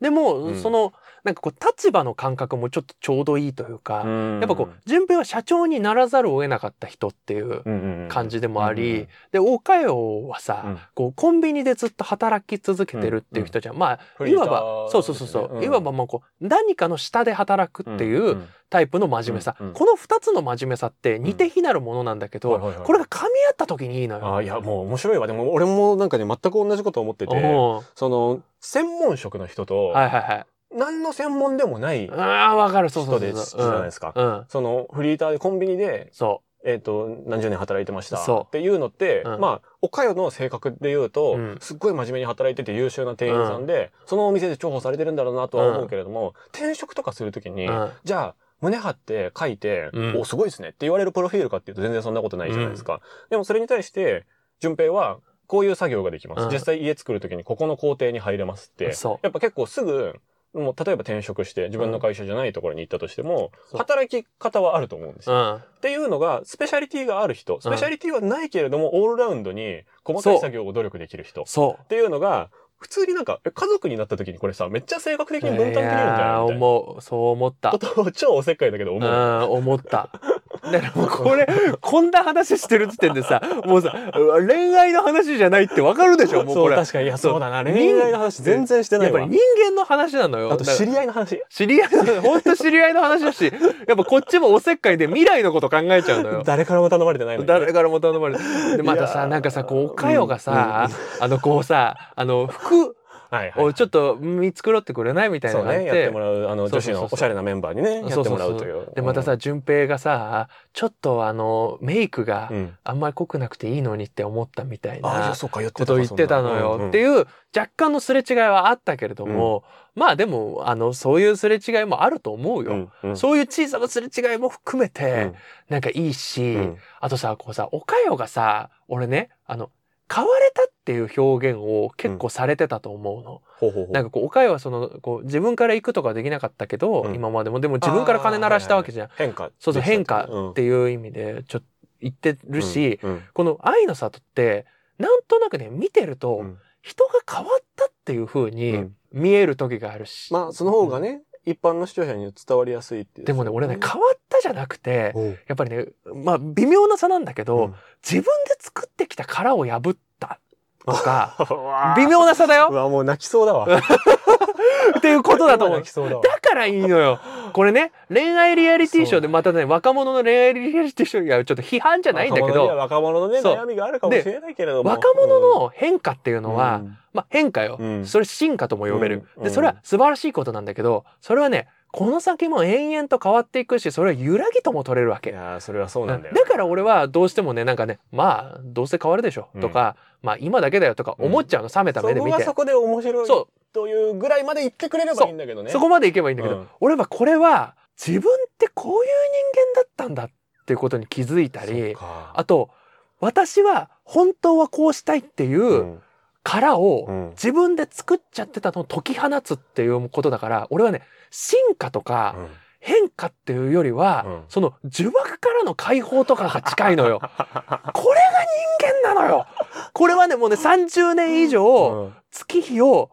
[SPEAKER 3] でも、
[SPEAKER 2] うん
[SPEAKER 3] そのなんかこう立場の感覚もちょっとちょうどいいというか、や
[SPEAKER 2] や
[SPEAKER 3] っぱこう順平は社長にならざるを得なかった人っていう
[SPEAKER 2] うん、
[SPEAKER 3] 感じでもあり、
[SPEAKER 2] うんうん
[SPEAKER 3] で岡代はさ、
[SPEAKER 2] うん
[SPEAKER 3] こうコンビニでずっと働き続けてるっていう人じゃん、まあ
[SPEAKER 2] フリ
[SPEAKER 3] い
[SPEAKER 2] ーター
[SPEAKER 3] わばそうそうそうそう、
[SPEAKER 2] ですねうん
[SPEAKER 3] いわばもうこう何かの下で働くっていううタイプの真面目さ、
[SPEAKER 2] うんうん
[SPEAKER 3] この2つの真面目さって似て非なるものなんだけど、
[SPEAKER 2] はいはいはい
[SPEAKER 3] これが噛み合った時にいいのよ。
[SPEAKER 2] あーいやもう面白いわでも俺もなんかね全く同じこと思ってて
[SPEAKER 3] おう
[SPEAKER 2] その専門職の人と
[SPEAKER 3] はいはいはい。
[SPEAKER 2] 何の専門でもない
[SPEAKER 3] ああわかるそうそ
[SPEAKER 2] 人
[SPEAKER 3] う
[SPEAKER 2] で
[SPEAKER 3] そうそう。
[SPEAKER 2] すじゃないですか。
[SPEAKER 3] うんうん、
[SPEAKER 2] そのフリーターでコンビニで、
[SPEAKER 3] そ
[SPEAKER 2] えっと何十年働いてました
[SPEAKER 3] そう
[SPEAKER 2] っていうのって、
[SPEAKER 3] うん
[SPEAKER 2] まあ岡代の性格で言うと、
[SPEAKER 3] うん
[SPEAKER 2] すっごい真面目に働いてて優秀な店員さんで、そのお店で重宝されてるんだろうなとは思うけれども、転職とかするとき
[SPEAKER 3] う。
[SPEAKER 2] に、
[SPEAKER 3] うん
[SPEAKER 2] じゃあ胸張って書いて、
[SPEAKER 3] うん
[SPEAKER 2] おすごいですねって言われるプロフィールかっていうと全然そんなことないじゃないですか、でもそれに対して順平はこういう作業ができます、
[SPEAKER 3] うん
[SPEAKER 2] 実際家作る時にここの工程に入れますって
[SPEAKER 3] そう
[SPEAKER 2] やっぱ結構すぐもう例えば転職して自分の会社じゃないところに行ったとしても、
[SPEAKER 3] そう
[SPEAKER 2] 働き方はあると思うんですよ、
[SPEAKER 3] うん
[SPEAKER 2] っていうのがスペシャリティがある人スペシャリティはないけれども、オールラウンドに細か
[SPEAKER 3] そ
[SPEAKER 2] いう作業を努力できる人っ
[SPEAKER 3] そう。
[SPEAKER 2] ていうのが普通になんかえ家族になった時にこれさめっちゃ性格的に分担できるんじゃ
[SPEAKER 3] いや
[SPEAKER 2] な
[SPEAKER 3] ー
[SPEAKER 2] いみたいな
[SPEAKER 3] 思う。そう思った
[SPEAKER 2] こ。とを超おせっかいだけど
[SPEAKER 3] う
[SPEAKER 2] 思う。
[SPEAKER 3] ん、思った。だからもうこれ、こんな話してる時点でさ、もうさ、うわ恋愛の話じゃないってわかるでしょもうこれ。やっ
[SPEAKER 2] 確かにいや
[SPEAKER 3] そう
[SPEAKER 2] そうだな
[SPEAKER 3] 人
[SPEAKER 2] 恋愛の話全然して
[SPEAKER 3] ぱ
[SPEAKER 2] な
[SPEAKER 3] り
[SPEAKER 2] いわ
[SPEAKER 3] 人間の話なのよ。
[SPEAKER 2] あと
[SPEAKER 3] だか
[SPEAKER 2] 知
[SPEAKER 3] ら
[SPEAKER 2] り合いの話
[SPEAKER 3] 知り合い の、本当知り合いの話だし、やっぱこっちもおせっかいで未来のこと考えちゃうのよ。
[SPEAKER 2] 誰からも頼まれてないのに
[SPEAKER 3] 誰からも頼まれて。で、また
[SPEAKER 2] いや
[SPEAKER 3] さ、
[SPEAKER 2] ー
[SPEAKER 3] なんかさ、こう、おかよがさ、あの、こうさ、あの、服
[SPEAKER 2] はいはい
[SPEAKER 3] をちょっと見繕ってくれないみたいな
[SPEAKER 2] そ
[SPEAKER 3] の
[SPEAKER 2] う
[SPEAKER 3] があっ
[SPEAKER 2] ねやって
[SPEAKER 3] て
[SPEAKER 2] も。らうあの
[SPEAKER 3] そ
[SPEAKER 2] 女子
[SPEAKER 3] うそうそう
[SPEAKER 2] のおしゃれなメンバーにねやってもらうという
[SPEAKER 3] で、またさ、淳平がさ、ちょっとあの、メイクが
[SPEAKER 2] うんうん
[SPEAKER 3] あんまり濃くなくていいのにって思ったみた
[SPEAKER 2] あ
[SPEAKER 3] い
[SPEAKER 2] いや
[SPEAKER 3] な
[SPEAKER 2] そうか言って
[SPEAKER 3] こ
[SPEAKER 2] た
[SPEAKER 3] とを言ってたのよっていう若干のすれ違いはあったけれども、まあでも、あの、そういうすれ違いもあると思うよ。
[SPEAKER 2] う
[SPEAKER 3] そういう小さなすれ違いも含め
[SPEAKER 2] ん
[SPEAKER 3] て、なんかいいし、
[SPEAKER 2] うん
[SPEAKER 3] あとさ、こうさ、おかよがさ、俺ね、あの、買われたっていう表現を結構されてたと思うの。
[SPEAKER 2] ほうほうほう
[SPEAKER 3] なんかこう、おかよはその、こう、自分から行くとかできなかったけど、
[SPEAKER 2] うん
[SPEAKER 3] 今までも、でも自分から金鳴らしたわけじゃん。
[SPEAKER 2] 変化
[SPEAKER 3] そうそう、
[SPEAKER 2] でき
[SPEAKER 3] 変
[SPEAKER 2] たっ
[SPEAKER 3] 化
[SPEAKER 2] ていう
[SPEAKER 3] っていう意味で、ちょっと言ってるし、
[SPEAKER 2] うんうん
[SPEAKER 3] この愛の里って、なんとなくね、見てると、
[SPEAKER 2] うん
[SPEAKER 3] 人が変わったっていう風
[SPEAKER 2] う
[SPEAKER 3] に
[SPEAKER 2] ん
[SPEAKER 3] 見える時があるし。
[SPEAKER 2] まあその方が。ね一般の視聴者に伝わりやすいっていう
[SPEAKER 3] でもね、俺ね、変わったじゃなくて、
[SPEAKER 2] おう
[SPEAKER 3] やっぱりね、まあ、微妙な差なんだけど、
[SPEAKER 2] うん
[SPEAKER 3] 自分で作ってきた殻を破ったとか、
[SPEAKER 2] うわ
[SPEAKER 3] 微妙な差だ
[SPEAKER 2] う
[SPEAKER 3] よ
[SPEAKER 2] わもう泣きそうだわ
[SPEAKER 3] っていうことだと思
[SPEAKER 2] 今
[SPEAKER 3] う
[SPEAKER 2] 泣き。そうだわ
[SPEAKER 3] だからいいのよ。これね、恋愛リアリティショー
[SPEAKER 2] そう
[SPEAKER 3] で、またね、若者の恋愛リアリティショーがちょっと批判じゃないんだけど、
[SPEAKER 2] 若者には若者
[SPEAKER 3] そう
[SPEAKER 2] のね悩みがあるかもしれないけれども
[SPEAKER 3] 若者の変化っていうのは、
[SPEAKER 2] うん
[SPEAKER 3] まあ変化よ。
[SPEAKER 2] うん
[SPEAKER 3] それ進化とも呼べる。
[SPEAKER 2] うん
[SPEAKER 3] で、それは素晴らしいことなんだけど、それはね、この先も延々と変わっていくし、それは揺らぎとも取れるわ
[SPEAKER 2] い
[SPEAKER 3] け。
[SPEAKER 2] やーそれはそうなんだよ
[SPEAKER 3] だから俺はどうしてもねなんかねまあどうせ変わるでしょ
[SPEAKER 2] うん
[SPEAKER 3] とか、まあ今だけだよとか思っちゃうの冷めた
[SPEAKER 2] そ
[SPEAKER 3] 目で
[SPEAKER 2] こ
[SPEAKER 3] 見
[SPEAKER 2] が
[SPEAKER 3] て、
[SPEAKER 2] そこで面白い
[SPEAKER 3] そ
[SPEAKER 2] というぐらいまで言ってくれればいいんだけど
[SPEAKER 3] う
[SPEAKER 2] ね
[SPEAKER 3] そこまでいけばいいんだけど、
[SPEAKER 2] うん
[SPEAKER 3] 俺はこれは自分ってこういう人間だったんだっていうことに気づいた
[SPEAKER 2] そっ
[SPEAKER 3] り
[SPEAKER 2] か
[SPEAKER 3] あと私は本当はこうしたいっていううん殻
[SPEAKER 2] う
[SPEAKER 3] を
[SPEAKER 2] ん
[SPEAKER 3] 自分で作っちゃってたのを解き放つっていうことだから俺はね進化とか、
[SPEAKER 2] うん
[SPEAKER 3] 変化っていうよりは、
[SPEAKER 2] うん
[SPEAKER 3] その呪縛からの解放とかが近い のよ。これが人間なのよこれはね、もうね、30年以上、
[SPEAKER 2] うん
[SPEAKER 3] 月日を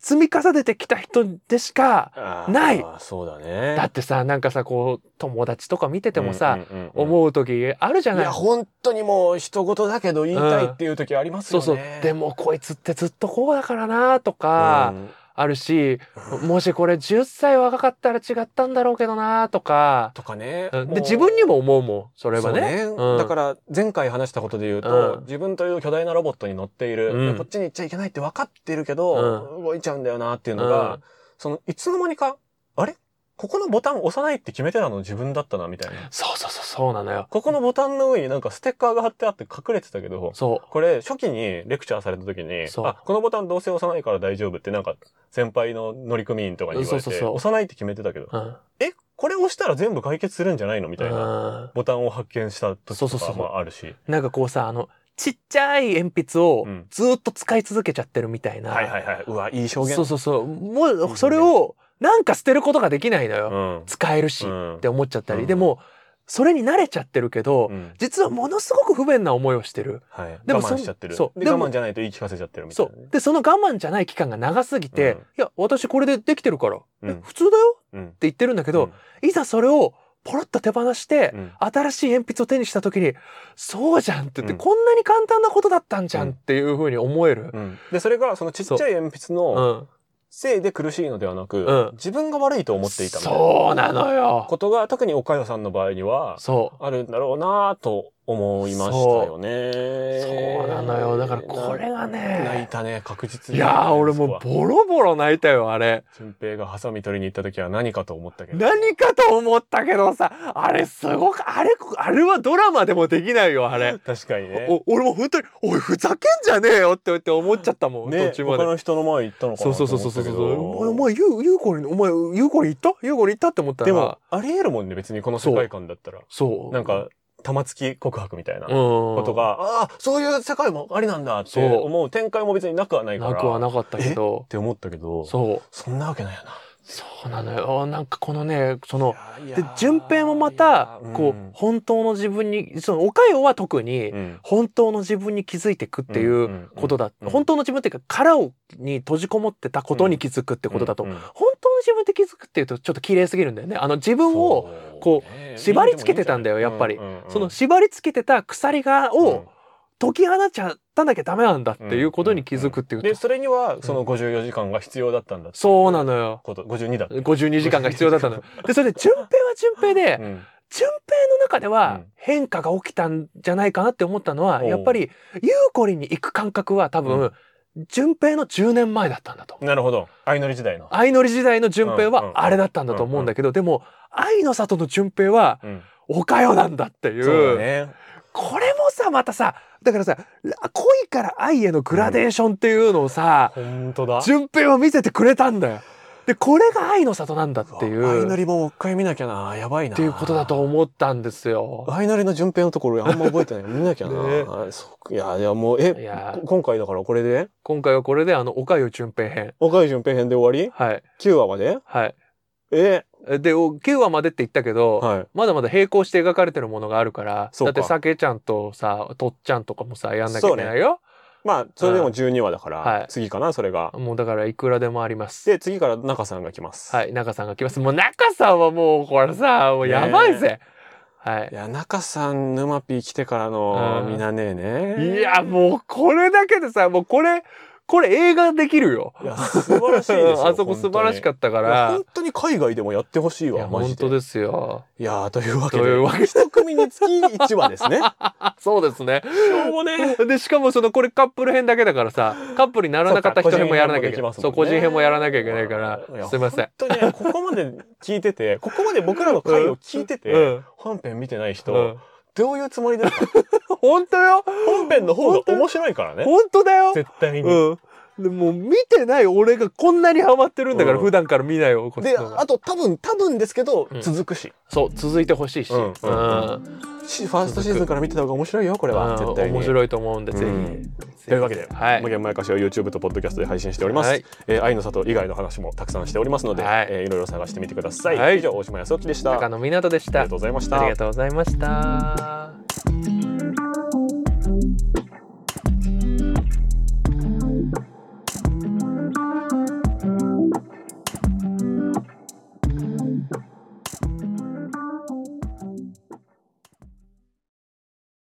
[SPEAKER 3] 積み重ねてきた人でしか、
[SPEAKER 2] あー
[SPEAKER 3] ない
[SPEAKER 2] そうだね
[SPEAKER 3] だってさ、なんかさ、こう、友達とか見ててもさ、
[SPEAKER 2] うんうんうんうん
[SPEAKER 3] 思う時あるじゃ
[SPEAKER 2] い
[SPEAKER 3] ない
[SPEAKER 2] や本当にもう人事だけど言いたいっていう時あります
[SPEAKER 3] そ
[SPEAKER 2] よ
[SPEAKER 3] う
[SPEAKER 2] ね
[SPEAKER 3] そう。でもこいつってずっとこうだからなとか、
[SPEAKER 2] うん
[SPEAKER 3] あるし、もしこれ10歳若かったら違ったんだろうけどなとか、
[SPEAKER 2] とかね
[SPEAKER 3] うん
[SPEAKER 2] もう
[SPEAKER 3] で、自分にも思うもん、それはね。
[SPEAKER 2] そう
[SPEAKER 3] うん
[SPEAKER 2] だから前回話したことで言うと、
[SPEAKER 3] うん
[SPEAKER 2] 自分という巨大なロボットに乗っている、
[SPEAKER 3] うん
[SPEAKER 2] でこっちに行っちゃいけないって分かってるけど、動いちゃうんだよなっていうのが、
[SPEAKER 3] うん
[SPEAKER 2] そのいつの間にかあれここのボタン押さないって決めてたの自分だったなみたいな
[SPEAKER 3] そうそうそう、そうなのよ。
[SPEAKER 2] ここのボタンの上になんかステッカーが貼ってあって隠れてたけど
[SPEAKER 3] そ
[SPEAKER 2] これ初期にレクチャーされた時に
[SPEAKER 3] そう
[SPEAKER 2] あこのボタンどうせ押さないから大丈夫ってなんか先輩の乗組員とかに言われて
[SPEAKER 3] そうそうそう
[SPEAKER 2] 押さないって決めてたけど
[SPEAKER 3] う。うん。
[SPEAKER 2] えこれ押したら全部解決するんじゃないのみたいな
[SPEAKER 3] うん
[SPEAKER 2] ボタンを発見した時
[SPEAKER 3] そうそ
[SPEAKER 2] と
[SPEAKER 3] う
[SPEAKER 2] か
[SPEAKER 3] そう
[SPEAKER 2] もあるし。
[SPEAKER 3] なんかこうさ、あの、ちっちゃい鉛筆を
[SPEAKER 2] うん
[SPEAKER 3] ずっと使い続けちゃってるみたいな。
[SPEAKER 2] はいはいはい。うわ、いい表現。
[SPEAKER 3] そうそうそう。もう、それをなんか捨てることができないの
[SPEAKER 2] う
[SPEAKER 3] よ。
[SPEAKER 2] ん。
[SPEAKER 3] 使えるし
[SPEAKER 2] う
[SPEAKER 3] っ
[SPEAKER 2] ん
[SPEAKER 3] て思っちゃったり。
[SPEAKER 2] うん
[SPEAKER 3] でも、それに慣れちゃってるけど、
[SPEAKER 2] うん
[SPEAKER 3] 実はものすごく不便な思いをしてる。
[SPEAKER 2] はい、
[SPEAKER 3] でも
[SPEAKER 2] 我慢しちゃってる
[SPEAKER 3] そそう
[SPEAKER 2] で
[SPEAKER 3] でも
[SPEAKER 2] 我慢じゃないと言い聞かせちゃってるみたい
[SPEAKER 3] そ
[SPEAKER 2] なね、
[SPEAKER 3] う。で、その我慢じゃない期間が長すぎて、
[SPEAKER 2] うん
[SPEAKER 3] いや、私これでできてるから、
[SPEAKER 2] うん
[SPEAKER 3] え普通だよっ
[SPEAKER 2] うん
[SPEAKER 3] て言ってるんだけど、いざそれをポロッと手放して、
[SPEAKER 2] うん
[SPEAKER 3] 新しい鉛筆を手にした時に、そうじゃんって言って、
[SPEAKER 2] うん
[SPEAKER 3] こんなに簡単なことだったんじゃ
[SPEAKER 2] うん
[SPEAKER 3] んっていうふうに思える。
[SPEAKER 2] うんでそれがそのちっちゃい鉛筆
[SPEAKER 3] う
[SPEAKER 2] の
[SPEAKER 3] ん。
[SPEAKER 2] せいで苦しいのではなく、
[SPEAKER 3] うん
[SPEAKER 2] 自分が悪いと思っていたみたいな
[SPEAKER 3] そうなのよ。
[SPEAKER 2] ことが特に岡田さんの場合には
[SPEAKER 3] そう。
[SPEAKER 2] あるんだろうなと思いましたよね。
[SPEAKER 3] そうなのよだからこれがね
[SPEAKER 2] 泣いたね確実
[SPEAKER 3] い
[SPEAKER 2] に。
[SPEAKER 3] やー、俺もう
[SPEAKER 2] う。
[SPEAKER 3] ボロボロ泣いたよ、あれ。
[SPEAKER 2] 俊平がハサミ取りに行った時は何かと思ったけど。
[SPEAKER 3] 何かと思ったけどさ、あれすごく、あれ、あれはドラマでもできないよ、あれ。
[SPEAKER 2] 確かにね。
[SPEAKER 3] お俺も本当に、おい、ふざけんじゃねえよって言って思っちゃったもん、
[SPEAKER 2] ね
[SPEAKER 3] 途中ま
[SPEAKER 2] 他
[SPEAKER 3] で。
[SPEAKER 2] の人の前行ったのか
[SPEAKER 3] そ
[SPEAKER 2] な
[SPEAKER 3] う
[SPEAKER 2] と
[SPEAKER 3] そう
[SPEAKER 2] 思
[SPEAKER 3] そ
[SPEAKER 2] っ
[SPEAKER 3] うそうそ
[SPEAKER 2] た
[SPEAKER 3] う
[SPEAKER 2] け
[SPEAKER 3] そう。
[SPEAKER 2] ど。
[SPEAKER 3] お前、お前、ゆう、ゆうこに、お前、ゆうこに行ったゆうこに行ったって思ったら。
[SPEAKER 2] でも、ありえるもんね別にこの世界観だったら。
[SPEAKER 3] そう。
[SPEAKER 2] なんか玉突き告白みたいな。こ、
[SPEAKER 3] こと
[SPEAKER 2] が、ああ、そういう世界もありなんだって
[SPEAKER 3] そう
[SPEAKER 2] 思う展開も別になくはないから。
[SPEAKER 3] なくは
[SPEAKER 2] っ
[SPEAKER 3] なかったけど、
[SPEAKER 2] て思ったけど、そ
[SPEAKER 3] そう。
[SPEAKER 2] んなわけないよな。
[SPEAKER 3] そうなのよ。なんかこのね、その、
[SPEAKER 2] いや
[SPEAKER 3] で
[SPEAKER 2] いや、
[SPEAKER 3] 順平もまた、
[SPEAKER 2] いや
[SPEAKER 3] こう、本当の自分に、その、おかよは特に、
[SPEAKER 2] ん
[SPEAKER 3] 本当の自分に気づいてくっていううことだ。
[SPEAKER 2] うん
[SPEAKER 3] 本当の自分っていうか、殻をに閉じこもってたことに気づくってことだと。
[SPEAKER 2] うんうん
[SPEAKER 3] 本当の自分って気づくっていうと、ちょっと綺麗すぎるんだよね。あの、自分を、こ
[SPEAKER 2] うね
[SPEAKER 3] 縛り付けてたんだよやっぱり
[SPEAKER 2] うんうんうん
[SPEAKER 3] その縛り付けてた鎖が、
[SPEAKER 2] うん
[SPEAKER 3] を解き放っちゃったなきゃダメなんだっていうことに気づくっていうと
[SPEAKER 2] でそれにはその54時間が必要だったんだってい
[SPEAKER 3] そうなのよ。
[SPEAKER 2] こと52だって
[SPEAKER 3] 52時間が必要だったのよ。で、それで、順平は順平で、
[SPEAKER 2] うん
[SPEAKER 3] 順平の中で
[SPEAKER 2] う
[SPEAKER 3] は
[SPEAKER 2] ん
[SPEAKER 3] 変化が起きたんじゃないかなって思ったのは、
[SPEAKER 2] おう
[SPEAKER 3] やっぱり、ゆうこりに行く感覚は多分、順平の10年前だったんだと。
[SPEAKER 2] なるほど相乗り時代の
[SPEAKER 3] 愛のり時代の順平
[SPEAKER 2] うんうん
[SPEAKER 3] はあれだったんだと思うんだけど、でも、愛の里の順平は、
[SPEAKER 2] うん
[SPEAKER 3] おかよなんだってい
[SPEAKER 2] そう
[SPEAKER 3] う
[SPEAKER 2] だね
[SPEAKER 3] これもさまたさだからさら恋から愛へのグラデーションっていうのをさ、
[SPEAKER 2] 本当だ
[SPEAKER 3] 順平は見せてくれたんだよ。でこれが愛の里なんだっていう
[SPEAKER 2] わ相乗
[SPEAKER 3] っ
[SPEAKER 2] りももう一回見なきゃなやばいな
[SPEAKER 3] ていうことだと思ったんですよ。
[SPEAKER 2] 相乗りの順平のところあんま覚えてない見なきゃ
[SPEAKER 3] ね
[SPEAKER 2] なあそういやいやもう
[SPEAKER 3] い
[SPEAKER 2] え
[SPEAKER 3] やー
[SPEAKER 2] こ今回だからこれで
[SPEAKER 3] 今回はこれであのおかゆ順平編
[SPEAKER 2] 岡井順平編で終わり
[SPEAKER 3] はい
[SPEAKER 2] 9話まで
[SPEAKER 3] はい
[SPEAKER 2] え
[SPEAKER 3] でお9話までって言ったけど、
[SPEAKER 2] はい
[SPEAKER 3] まだまだ並行して描かれてるものがあるから
[SPEAKER 2] そうか
[SPEAKER 3] だってさけちゃんとさとっちゃんとかもさやんなきゃいけないよ、
[SPEAKER 2] まあそれでも12話だか
[SPEAKER 3] は
[SPEAKER 2] ら
[SPEAKER 3] い
[SPEAKER 2] 次かなそれが
[SPEAKER 3] もうだからいくらでもあります
[SPEAKER 2] で次から中さんが来ます
[SPEAKER 3] はい中さんが来ますもう中さんはもうこれさもうやばいぜ、はい
[SPEAKER 2] いや、中さん、沼ピー来てからの、
[SPEAKER 3] うん
[SPEAKER 2] 見なねえね。
[SPEAKER 3] いや、もうこれだけでさもうこれこれ映画できるよ。
[SPEAKER 2] いや素晴らしいですよ
[SPEAKER 3] あそこ素晴らしか
[SPEAKER 2] っ
[SPEAKER 3] ったか
[SPEAKER 2] た
[SPEAKER 3] ら
[SPEAKER 2] 本。当に海外でもやってほしい
[SPEAKER 3] いや
[SPEAKER 2] わ、マ
[SPEAKER 3] 本
[SPEAKER 2] ジ
[SPEAKER 3] 当
[SPEAKER 2] で。
[SPEAKER 3] です よ。
[SPEAKER 2] いやー、というわけ
[SPEAKER 3] というわけ
[SPEAKER 2] で、
[SPEAKER 3] で
[SPEAKER 2] 一組につき1話ですね。
[SPEAKER 3] あそうですね。
[SPEAKER 2] しょうもね
[SPEAKER 3] でしかもそのこれカップル編だけだからさカップルにならなかった人編もやらなきゃいけない
[SPEAKER 2] そ
[SPEAKER 3] そうう
[SPEAKER 2] か個
[SPEAKER 3] 個
[SPEAKER 2] 人
[SPEAKER 3] 人
[SPEAKER 2] 編
[SPEAKER 3] 編
[SPEAKER 2] も
[SPEAKER 3] も
[SPEAKER 2] や
[SPEAKER 3] や
[SPEAKER 2] ら
[SPEAKER 3] ら
[SPEAKER 2] な
[SPEAKER 3] な
[SPEAKER 2] き
[SPEAKER 3] き
[SPEAKER 2] ゃい
[SPEAKER 3] ゃ
[SPEAKER 2] け
[SPEAKER 3] い
[SPEAKER 2] な
[SPEAKER 3] けないい
[SPEAKER 2] か
[SPEAKER 3] からら
[SPEAKER 2] いや
[SPEAKER 3] すいません。
[SPEAKER 2] 本当にね、ここまで聞いてて、ここまで僕らの回を聞いてて、
[SPEAKER 3] うん
[SPEAKER 2] 本編見てない人、
[SPEAKER 3] うん
[SPEAKER 2] どういうつもりです か
[SPEAKER 3] 本当よ
[SPEAKER 2] 本編の方が面白いからね。
[SPEAKER 3] 本当だよ
[SPEAKER 2] 絶対に。
[SPEAKER 3] うんでもう見てない俺がこんなにハマってるんだから
[SPEAKER 2] うん
[SPEAKER 3] 普段から見ないよこっち
[SPEAKER 2] で、
[SPEAKER 3] の方が
[SPEAKER 2] あと多分、多分ですけど、
[SPEAKER 3] うん
[SPEAKER 2] 続くし
[SPEAKER 3] そう続いてほしいし
[SPEAKER 2] う
[SPEAKER 3] うん
[SPEAKER 2] う
[SPEAKER 3] ん
[SPEAKER 2] んしファーストシーズンから見てた方が面白いよ、これは。絶対に。
[SPEAKER 3] 面白いと思うんでぜ
[SPEAKER 2] うん
[SPEAKER 3] ひ
[SPEAKER 2] というわけで、
[SPEAKER 3] はい
[SPEAKER 2] 無限前かしは YouTube と Podcast で配信しております。
[SPEAKER 3] はい
[SPEAKER 2] えー愛の里以外の話もたくさんしておりますので、
[SPEAKER 3] はい
[SPEAKER 2] えーいろいろ探してみてください。
[SPEAKER 3] はい
[SPEAKER 2] 以上、大島康之でした。あ
[SPEAKER 3] 中
[SPEAKER 2] り
[SPEAKER 3] 野湊でし
[SPEAKER 2] が
[SPEAKER 3] た
[SPEAKER 2] とうございました
[SPEAKER 3] あり。がとうございました。